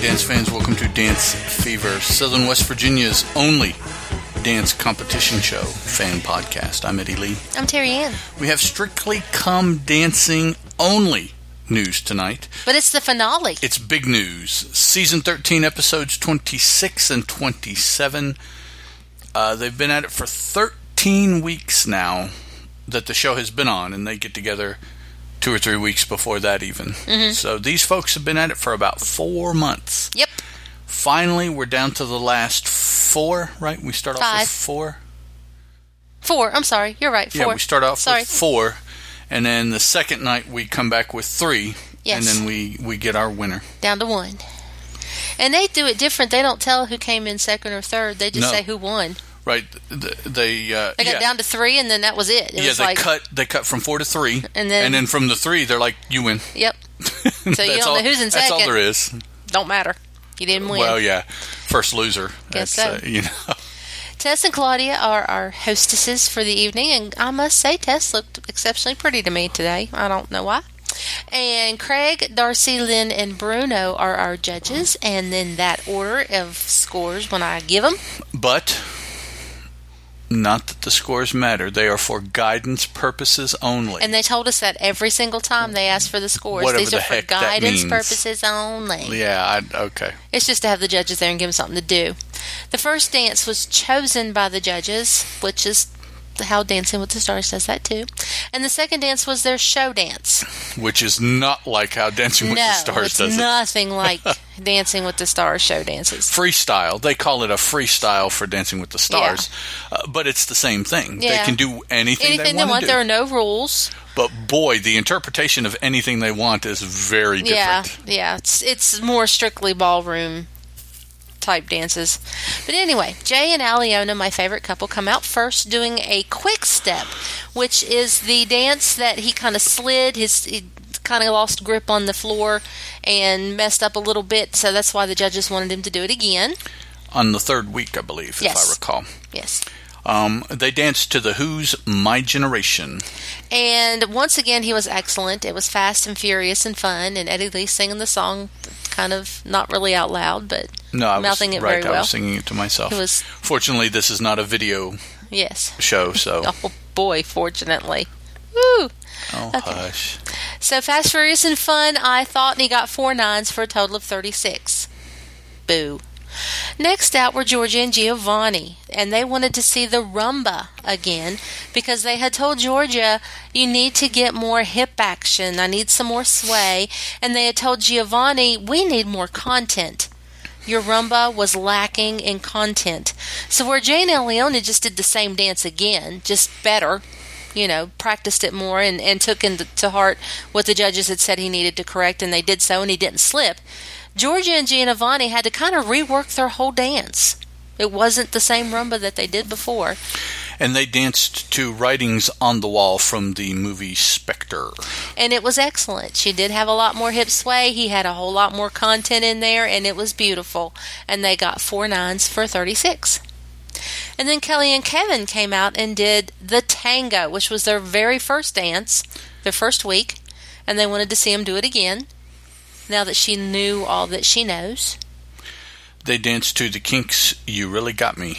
dance fans, welcome to Dance Fever, Southern West Virginia's only dance competition show fan podcast. I'm Eddie Lee. I'm Terry Ann. We have strictly come dancing only news tonight. But it's the finale. It's big news. Season 13, episodes 26 and 27. Uh, they've been at it for 13 weeks now that the show has been on, and they get together two or three weeks before that, even. So these folks have been at it for about four months. Yep. Finally, we're down to the last four, right? We start off with Five. four. Four. I'm sorry. You're right. Four. Yeah, we start off Sorry. with four, and then the second night we come back with three, and Yes. then we, we get our winner. Down to one. And they do it different. They don't tell who came in second or third. They just No. say who won. Right? th- th- They uh, They got yeah. down to three, and then that was it. It yeah, was they like, cut they cut from four to three, And then- and then from the three they're like, "You win." yep, So don't know who's in That's all second. there is. don't matter. You didn't win. Well, yeah, first loser. Guess That's, so. uh, you know, Tess and Claudia are our hostesses for the evening, and I must say, Tess looked exceptionally pretty to me today. I don't know why. And Craig, Darcy, Lynn, and Bruno are our judges, and then that order of scores when I give them. but not that the scores matter. They are for guidance purposes only. And they told us that every single time they asked for the scores. Whatever These the are for heck that guidance means. purposes only. yeah. I, okay. It's just to have the judges there and give them something to do. The first dance was chosen by the judges, which is how Dancing with the Stars does that too. And the second dance was their show dance. Which is not like how Dancing with no, the Stars it's does it. nothing like Dancing with the Stars show dances. freestyle. They call it a freestyle for Dancing with the Stars, uh, but it's the same thing. They Yeah. can do anything, Anything they they want want, to there are do. no rules. But boy, the interpretation of anything they want is very Yeah, different. yeah. It's it's more strictly ballroom type dances. But anyway, Jay and Aliona, my favorite couple, come out first doing a quick step, which is the dance that he kind of slid his. He, Kind of lost grip on the floor and messed up a little bit, so that's why the judges wanted him to do it again. On the third week, I believe, if I Yes. recall, Yes. um, they danced to the Who's "My Generation." And once again, he was excellent. It was fast and furious and fun, and Eddie Lee singing the song kind of not really out loud, but No, I mouthing was it right. very well. I was singing it to myself. It was- Fortunately, this is not a video yes. show, so oh, Oh boy, fortunately. Woo! hush. So Fast Furious and Fun, I thought, and he got four nines for a total of 36. Boo. Next out were Georgia and Giovanni, and they wanted to see the rumba again because they had told Georgia, you need to get more hip action. I need some more sway. And they had told Giovanni, we need more content. Your rumba was lacking in content. So where Jane and Leona just did the same dance again, just better, you know, practiced it more and, and took into to heart what the judges had said he needed to correct, and they did so, and he didn't slip. Georgia and Giovanni had to kind of rework their whole dance. It wasn't the same rumba that they did before. And they danced to writings on the wall from the movie Spectre. and it was excellent. She did have a lot more hip sway. He had a whole lot more content in there, and it was beautiful. And they got four nines for 36. And then Kelly and Kevin came out and did the tango, which was their very first dance, their first week, and they wanted to see him do it again. Now that she knew all that she knows. They danced to the Kinks. You really got me.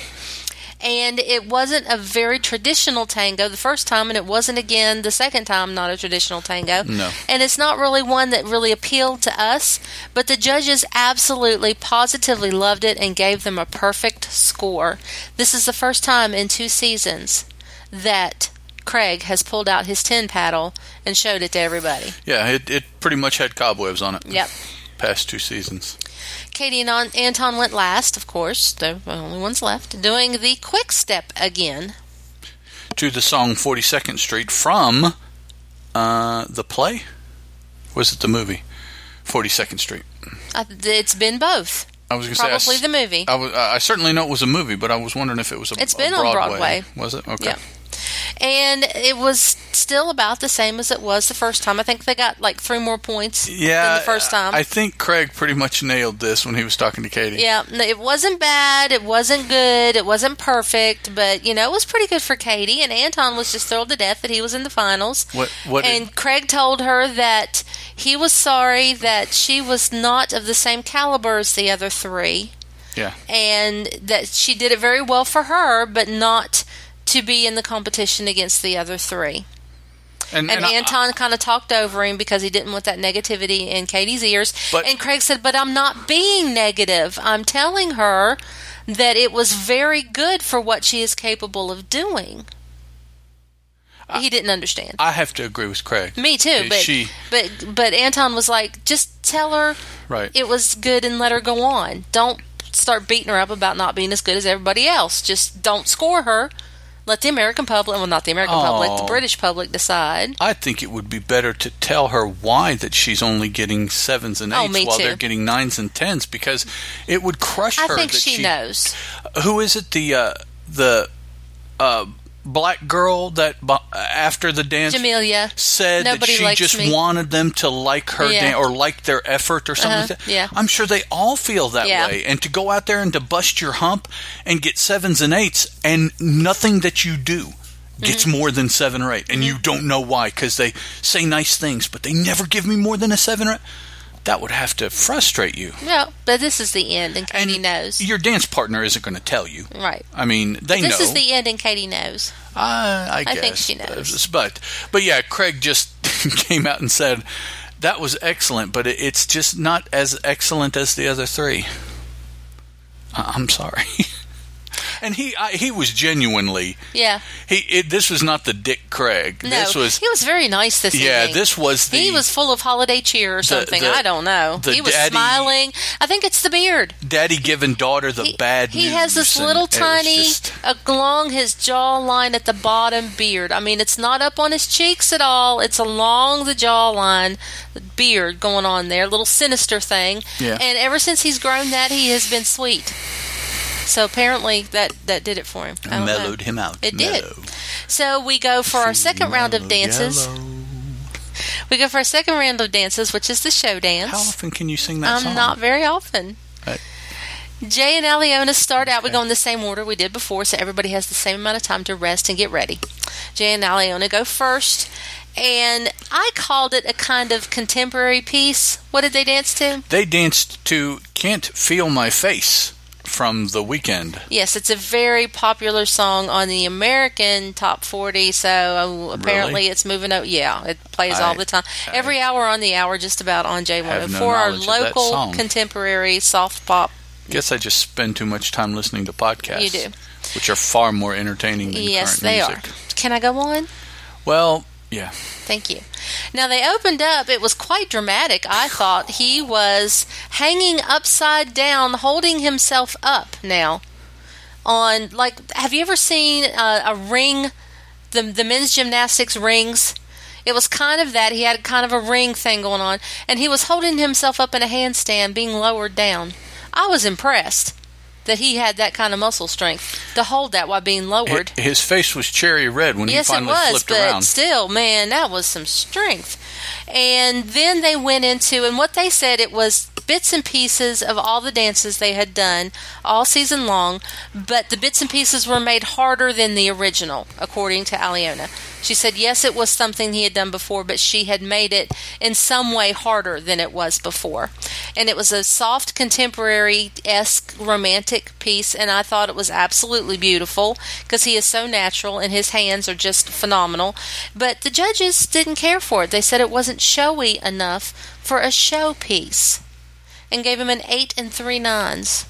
and it wasn't a very traditional tango the first time and it wasn't again the second time not a traditional tango No. and it's not really one that really appealed to us but the judges absolutely positively loved it and gave them a perfect score this is the first time in two seasons that craig has pulled out his tin paddle and showed it to everybody Yeah, it, it pretty much had cobwebs on it. Yep. Past two seasons. Katie and An- Anton went last, of course. They're the only ones left. Doing the quick step again. To the song 42nd Street from uh, the play? Was it the movie? 42nd Street. I- It's been both. I was going to say. I s- Uh. Probably the movie. I, was, I certainly know it was a movie, but I was wondering if it was a It's a been on Broadway. Was it? Okay. Yeah. And it was still about the same as it was the first time. I think they got like three more points Yeah, than the first time. I think Craig pretty much nailed this when he was talking to Katie. yeah, no, it wasn't bad. It wasn't good. It wasn't perfect, but you know, it was pretty good for Katie. And Anton was just thrilled to death that he was in the finals. What? What? and Craig told her that He was sorry that she was not of the same caliber as the other three Yeah. and that she did it very well for her, but not to be in the competition against the other three. And, I- Anton kind of talked over him because he didn't want that negativity in Katie's ears. But- and Craig said, But I'm not being negative. I'm telling her that it was very good for what she is capable of doing. he didn't understand. I have to agree with Craig. Me too, Yeah, but, she- but but Anton was like, just tell her Right. it was good and let her go on. Don't start beating her up about not being as good as everybody else. Just don't score her. Let the American public, well, not the American public, the Aw. British public decide. I think it would be better to tell her why that she's only getting sevens and Oh, eights me while too. they're getting nines and tens because it would crush I her. think that she, knows. Who is it? The uh, the uh, black girl that bu- uh, after the dance Jamelia. said Nobody that she likes just me. wanted them to like her Yeah. dan- or like their effort or something Uh-huh, like that. yeah. I'm sure they all feel that Yeah. way. And to go out there and to bust your hump and get sevens and eights and nothing that you do gets Mm-hmm. more than seven or eight and you don't know why because they say nice things but they never give me more than a seven or eight that would have to frustrate you No, but this is the end, and and Katie knows. your dance partner isn't going to tell you Right. i mean they This know is the end, and Katie knows. I, I, I think guess. she knows. But, but yeah, Craig just came out and said that was excellent, but it, it's just not as excellent as the other three. I, I'm sorry. and he I, he was genuinely Yeah. he. It, this was not the Dick Craig. No, this was he was very nice this yeah. evening. This was the he was full of holiday cheer or something. the- I don't know. the He was daddy- smiling. I think it's the beard. daddy giving daughter the he, bad. he has news, this and little it was tiny just- along his jawline at the bottom beard i mean it's not up on his cheeks at all it's along the jawline beard going on there little sinister thing Yeah. and ever since he's grown that he has been sweet so apparently that that did it for him I don't know. mellowed him out. It did. Mellow. so we go for our second round of dances Yellow. we go for our second round of dances which is the show dance How often can you sing that I'm song? Um, not very often. Right. Jay and Aliona start out. We go in the same order we did before, so everybody has the same amount of time to rest and get ready. Jay and Aliona go first, and I called it a kind of contemporary piece. What did they dance to? They danced to Can't Feel My Face from The Weekend. Yes, it's a very popular song on the American Top 40, so uh, apparently Really? it's moving out. Yeah, it plays I- all the time. I- Every hour on the hour, just about on J104, Have no our knowledge of that local song. contemporary soft pop. Guess I just spend too much time listening to podcasts. You do. Which are far more entertaining than Yes, current they music. are. Can I go on? Well, yeah. Thank you. Now they opened up. It was quite dramatic. I thought he was hanging upside down, holding himself up. Now, on like, have you ever seen uh, a ring? The the men's gymnastics rings. It was kind of that. He had kind of a ring thing going on, and he was holding himself up in a handstand, being lowered down. I was impressed that he had that kind of muscle strength to hold that while being lowered. Hi- His face was cherry red when Yes, he it finally was, flipped but around. still, man, that was some strength. And then they went into, and what they said it was bits and pieces of all the dances they had done all season long, but the bits and pieces were made harder than the original, according to Aliona. She said, yes, it was something he had done before, but she had made it in some way harder than it was before. And it was a soft, contemporary esque romantic piece, and I thought it was absolutely beautiful because he is so natural and his hands are just phenomenal. But the judges didn't care for it. They said it wasn't showy enough for a show piece and gave him an eight and three nines.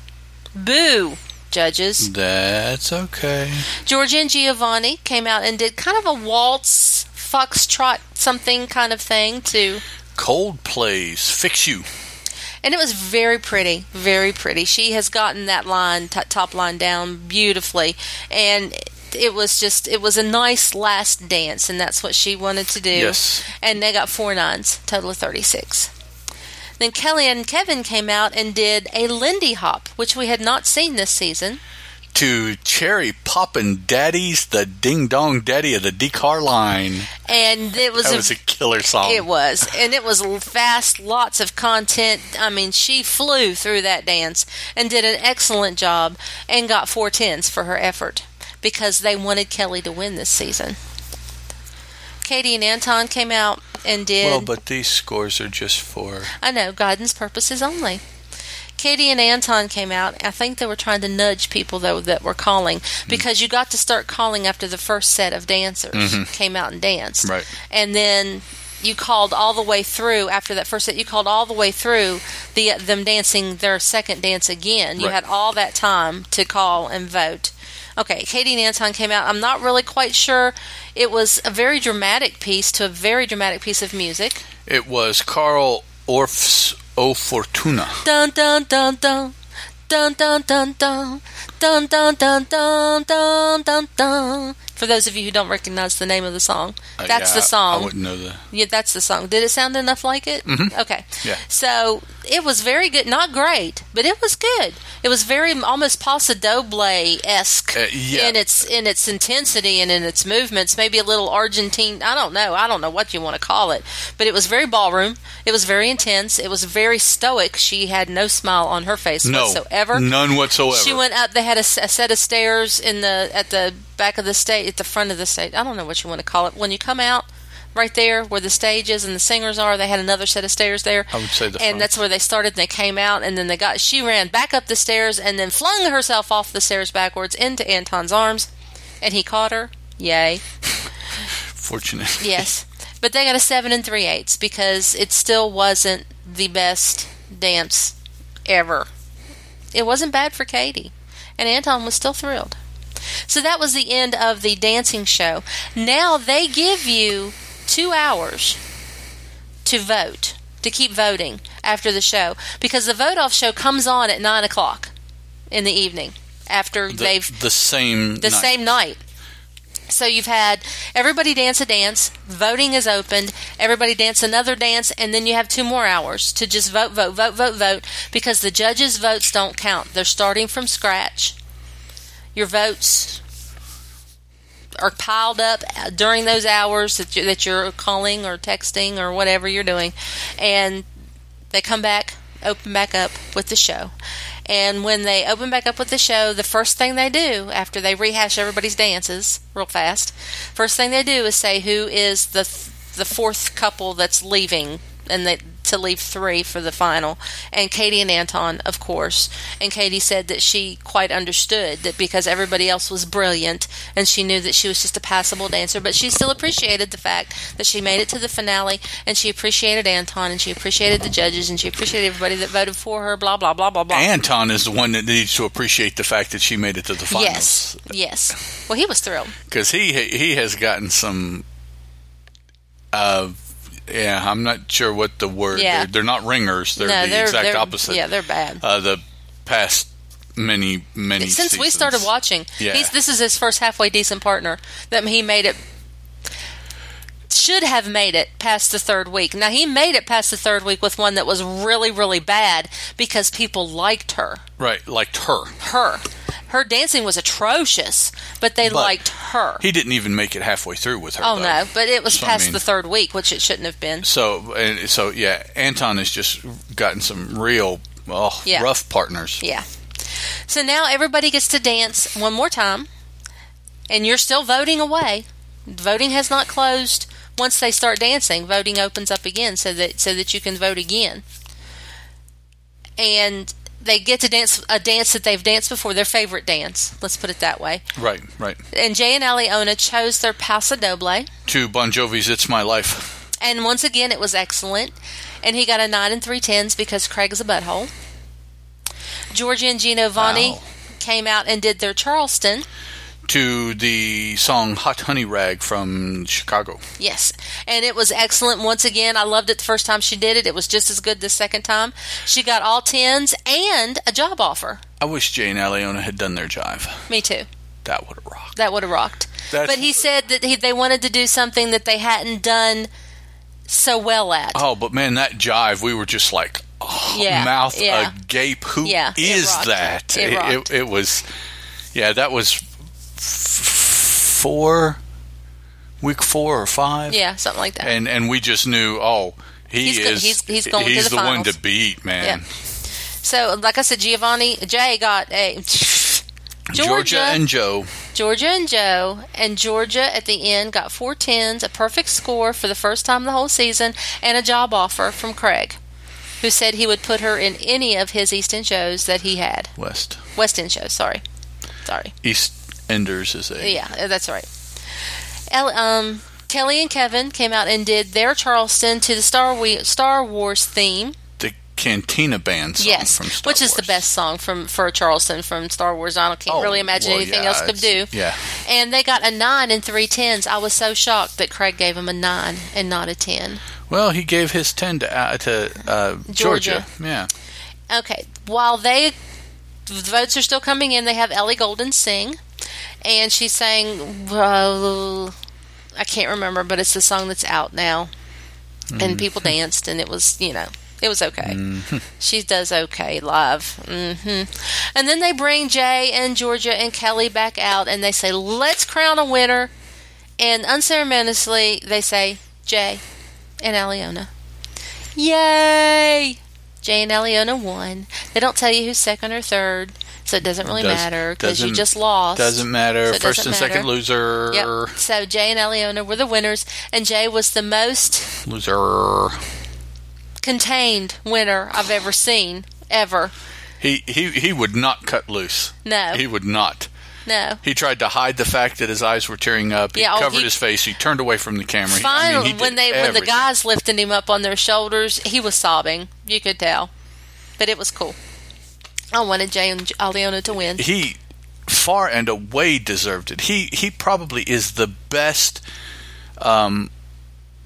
Boo, judges. Hmm. That's okay. Georgia and Giovanni came out and did kind of a waltz, foxtrot, something kind of thing too. Coldplay's Fix You. And it was very pretty, very pretty. She has gotten that line, t- top line down beautifully. And it was just, it was a nice last dance, and that's what she wanted to do. Yes. And they got four nines, total of 36. Then Kelly and Kevin came out and did a Lindy Hop, which we had not seen this season. To Cherry Poppin' Daddies, the Ding Dong Daddy of the Decar line. And it was That a was a killer song. It was, and it was fast, lots of content. I mean, she flew through that dance and did an excellent job and got four tens for her effort because they wanted Kelly to win this season. Katie and Anton came out and did. Well, but these scores are just for. I know, guidance purposes only. Katie and Anton came out. I think they were trying to nudge people though that were calling Mm-hmm. because you got to start calling after the first set of dancers came out and danced. Mm-hmm. Right. And then you called all the way through after that first set. You called all the way through the them dancing their second dance again. You Right. had all that time to call and vote. Okay, Katie and Anton came out. I'm not really quite sure. It was a very dramatic piece to a very dramatic piece of music. It was Carl Orff's O Fortuna. Dun dun dun dun. Dun dun dun dun dun dun dun dun dun dun dun. For those of you who don't recognize the name of the song, Uh, that's yeah, the I- I song. wouldn't know the. yeah, that's the song. Did it sound enough like it? Mhm. Okay. Yeah. So it was very good. Not great, but it was good. It was very almost Paso Doble esque Uh, yeah. in its in its intensity and in its movements. Maybe a little Argentine. I don't know. I don't know what you want to call it, but it was very ballroom. It was very intense. It was very stoic. She had no smile on her face No. whatsoever. None whatsoever. She went up. They had a, s- a set of stairs in the at the back of the stage, at the front of the stage. I don't know what you want to call it. When you come out, right there where the stage is and the singers are, they had another set of stairs there. I would say the front. and that's where they started. and They came out, and then they got. She ran back up the stairs and then flung herself off the stairs backwards into Anton's arms, and he caught her. Yay! Fortunate. Yes, but they got a seven and three eighths because it still wasn't the best dance ever. It wasn't bad for Katie, and Anton was still thrilled. So that was the end of the dancing show. Now they give you two hours to vote to keep voting after the show because the vote off show comes on at nine o'clock in the evening after The, they've the same. the night. same night. So you've had everybody dance a dance, voting is opened, everybody dance another dance, and then you have two more hours to just vote, vote, vote, vote, vote, because the judges' votes don't count. They're starting from scratch. Your votes are piled up during those hours that you that you're calling or texting or whatever you're doing, and they come back, open back up with the show. And when they open back up with the show, the first thing they do after they rehash everybody's dances real fast, first thing they do is say who is the the fourth couple that's leaving and that to leave three for the final. And Katie and Anton, of course. And Katie said that she quite understood that because everybody else was brilliant and she knew that she was just a passable dancer, but she still appreciated the fact that she made it to the finale and she appreciated Anton and she appreciated the judges and she appreciated everybody that voted for her, blah, blah, blah, blah, blah. Anton is the one that needs to appreciate the fact that she made it to the yes. finals. Yes. Well, he was thrilled. Because he he has gotten some. Uh, yeah, I'm not sure what the word. Yeah. They're, they're not ringers. They're no, the they're, exact they're, opposite. Yeah, they're bad. uh, the past many many Since we seasons. started watching, Yeah. he's, this is his first halfway decent partner that he made it. Should have made it past the third week. Now he made it past the third week with one that was really, really bad because people liked her. right liked her. Her, her dancing was atrocious, but they But liked her. He didn't even make it halfway through with her. oh though. no, but it was So, I past mean- the third week, which it shouldn't have been. So and so yeah, Anton has just gotten some real oh, Yeah. rough partners. Yeah. So now everybody gets to dance one more time, and you're still voting away. Voting has not closed. Once they start dancing, voting opens up again so that so that you can vote again. And they get to dance a dance that they've danced before, their favorite dance. Let's put it that way. Right, right. And Jay and Aliona chose their Paso Doble, To Bon Jovi's "It's My Life." and once again it was excellent. And he got a nine and three tens because Craig's a butthole. Georgia and Giovanni Wow. came out and did their Charleston. To the song "Hot Honey Rag" from Chicago. Yes. And it was excellent once again. I loved it the first time she did it. It was just as good the second time. She got all 10s and a job offer. I wish Jay and Aliona had done their jive. Me too. That would have rocked. That would have rocked. That's- but he said that he, they wanted to do something that they hadn't done so well at. Oh, but man, that jive, we were just like oh, Yeah, mouth yeah. agape. Who is Yeah, it rocked. that? It it, rocked. it was, yeah, that was f- four, week four or five. yeah, something like that. and and we just knew oh he He's go- is he's- he's going to he's the the, one finals. to beat man Yeah. So, like I said, Giovanni Jay got a Georgia, Georgia and Joe Georgia and Joe, and Georgia at the end got four tens, a perfect score for the first time the whole season, and a job offer from Craig, who said he would put her in any of his East End shows that he had. West. West End shows, sorry. Sorry. East Enders is a. Yeah, that's right. El, um, Kelly and Kevin came out and did their Charleston to the Star, we- Star Wars theme. The Cantina Band song yes, from Star which is the Wars. best song from for Charleston from Star Wars. I can't Oh, really imagine well, anything yeah, else could do. it's- Yeah. And they got a nine and three tens. I was so shocked that Craig gave him a nine and not a ten. Well, he gave his 10 to, uh, to uh, Georgia. Georgia. Yeah. Okay, while they the votes are still coming in, they have Ellie Golden sing, and she's saying, "Well, I can't remember, but it's the song that's out now." Mm. And people danced, and it was you know it was okay. She does okay live. hmm And then they bring Jay and Georgia and Kelly back out, and they say, "Let's crown a winner." And unceremoniously, they say Jay and Aliona. Yay! Jay and Aliona won. They don't tell you who's second or third, so it doesn't really Does- matter because you doesn't- just lost. Doesn't matter. So it First doesn't and second matter. loser. Yep. So Jay and Aliona were the winners, and Jay was the most Loser. contained winner I've ever seen, ever. He, he, he would not cut loose. No, He would not. no. He tried to hide the fact that his eyes were tearing up. He Yeah, oh, covered he- his face. He turned away from the camera. He- I mean, Finally, he did when they when the everything. guys lifted him up on their shoulders, he was sobbing. You could tell, but it was cool. I wanted Jay and Aliona to win. he far and away deserved it. He he probably is the best um,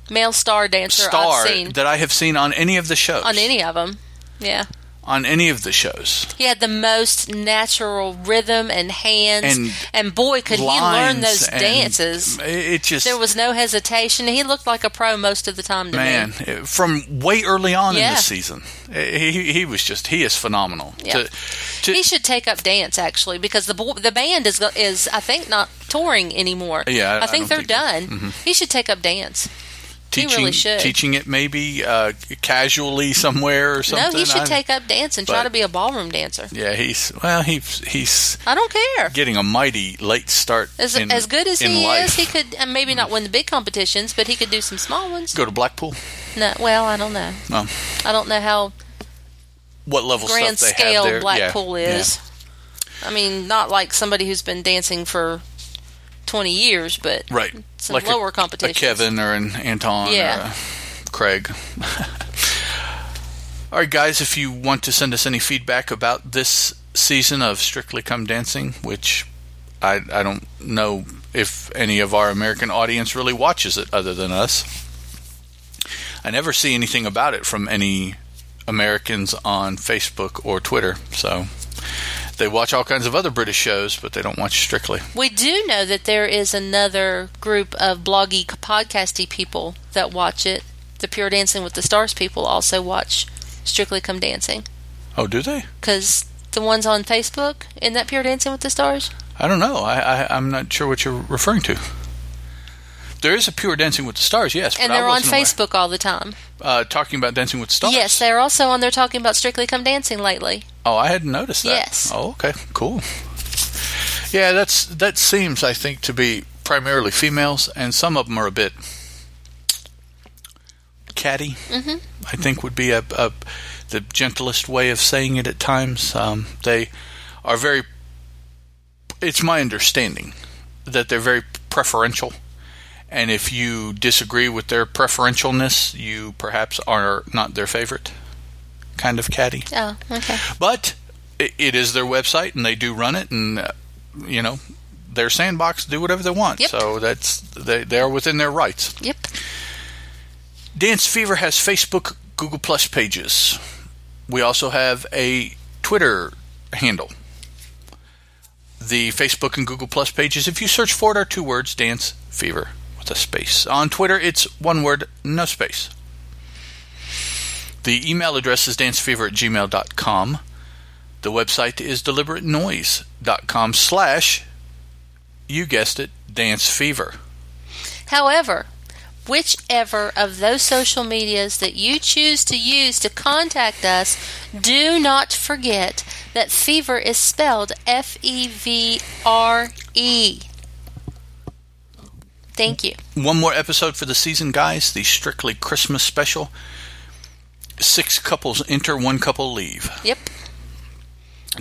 Male star dancer star I've seen that I have seen on any of the shows. on any of them. Yeah, on any of the shows. he had the most natural rhythm and hands, And and, boy, could he learn Lines those and- dances. It just There was no hesitation. He looked like a pro most of the time to man me. it- from way early on in Yeah. the season. He he- he was just he is phenomenal. Yeah. To- to- He should take up dance actually because the bo- the band is go- is I think not touring anymore. Yeah, I- I, I think don't they're think- mm-hmm. done. He should take up dance. teaching really should. teaching it maybe uh, casually somewhere or something. No, he should I- take up dance and try but- to be a ballroom dancer. Yeah, he's well. He's he's I don't care. getting a mighty late start. As, in- as good as in he life. is, he could and maybe not win the big competitions, but he could do some small ones. go to Blackpool. No, well, I don't know. Well, I don't know how what level grand stuff they have there. scale Yeah, Blackpool yeah. is. I mean, not like somebody who's been dancing for twenty years, but Right, some lower a competitions. Kevin or an Anton Yeah. or a Craig. All right, guys, if you want to send us any feedback about this season of Strictly Come Dancing, which I, I don't know if any of our American audience really watches it other than us. I never see anything about it from any Americans on Facebook or Twitter, so they watch all kinds of other British shows, but they don't watch Strictly. We do know that there is another group of bloggy podcasty people that watch it. The Pure Dancing with the Stars people also watch Strictly Come Dancing Oh, do they? because the ones on Facebook in that Pure Dancing with the Stars. I don't know. I, I I'm not sure what you're referring to. There is a pure Dancing with the Stars, yes, And but I they're on wasn't aware. Facebook all the time. Uh, talking about Dancing with the Stars. Yes, they're also on there talking about Strictly Come Dancing lately. Oh, I hadn't noticed that. Yes. Oh, okay, cool. Yeah, that's that seems I think to be primarily females, and some of them are a bit catty. Mm-hmm. I think would be a, a the gentlest way of saying it at times. Um, they are very. It's my understanding that they're very preferential, and if you disagree with their preferentialness, you perhaps are not their favorite kind of catty Oh, okay. but i it is their website and they do run it and uh, you know their sandbox do whatever they want Yep. so that's they, they are within their rights Yep. dance fever has facebook google plus pages we also have a twitter handle the facebook and google plus pages if you search for it are two words dance fever with a space on twitter it's one word no space the email address is dancefever at gmail.com. The website is deliberatenoise.com slash, you guessed it, dance fever. However, whichever of those social medias that you choose to use to contact us, do not forget that fever is spelled F E V R E. Thank you. One more episode for the season, guys. The Strictly Christmas special. Six couples enter, one couple leave. Yep.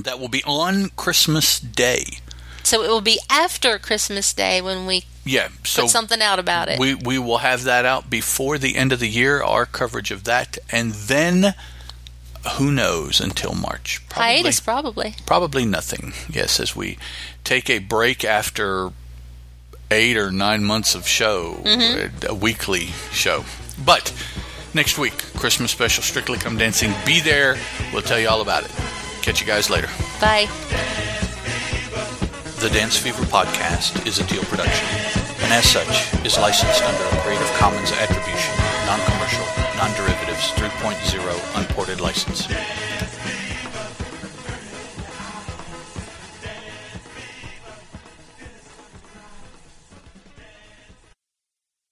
That will be on Christmas Day. So it will be after Christmas Day when we Yeah, so put something out about it. we we will have that out before the end of the year. Our coverage of that, and then who knows until March? Probably Hiatus, probably. probably nothing. Yes, as we take a break after eight or nine months of show, a- a weekly show. But next week, Christmas special, Strictly Come Dancing. Be there. We'll tell you all about it. Catch you guys later. Bye. The Dance Fever podcast is a deal production, and as such, is licensed under a Creative Commons Attribution, Non-Commercial, Non-Derivatives 3.0 Unported License.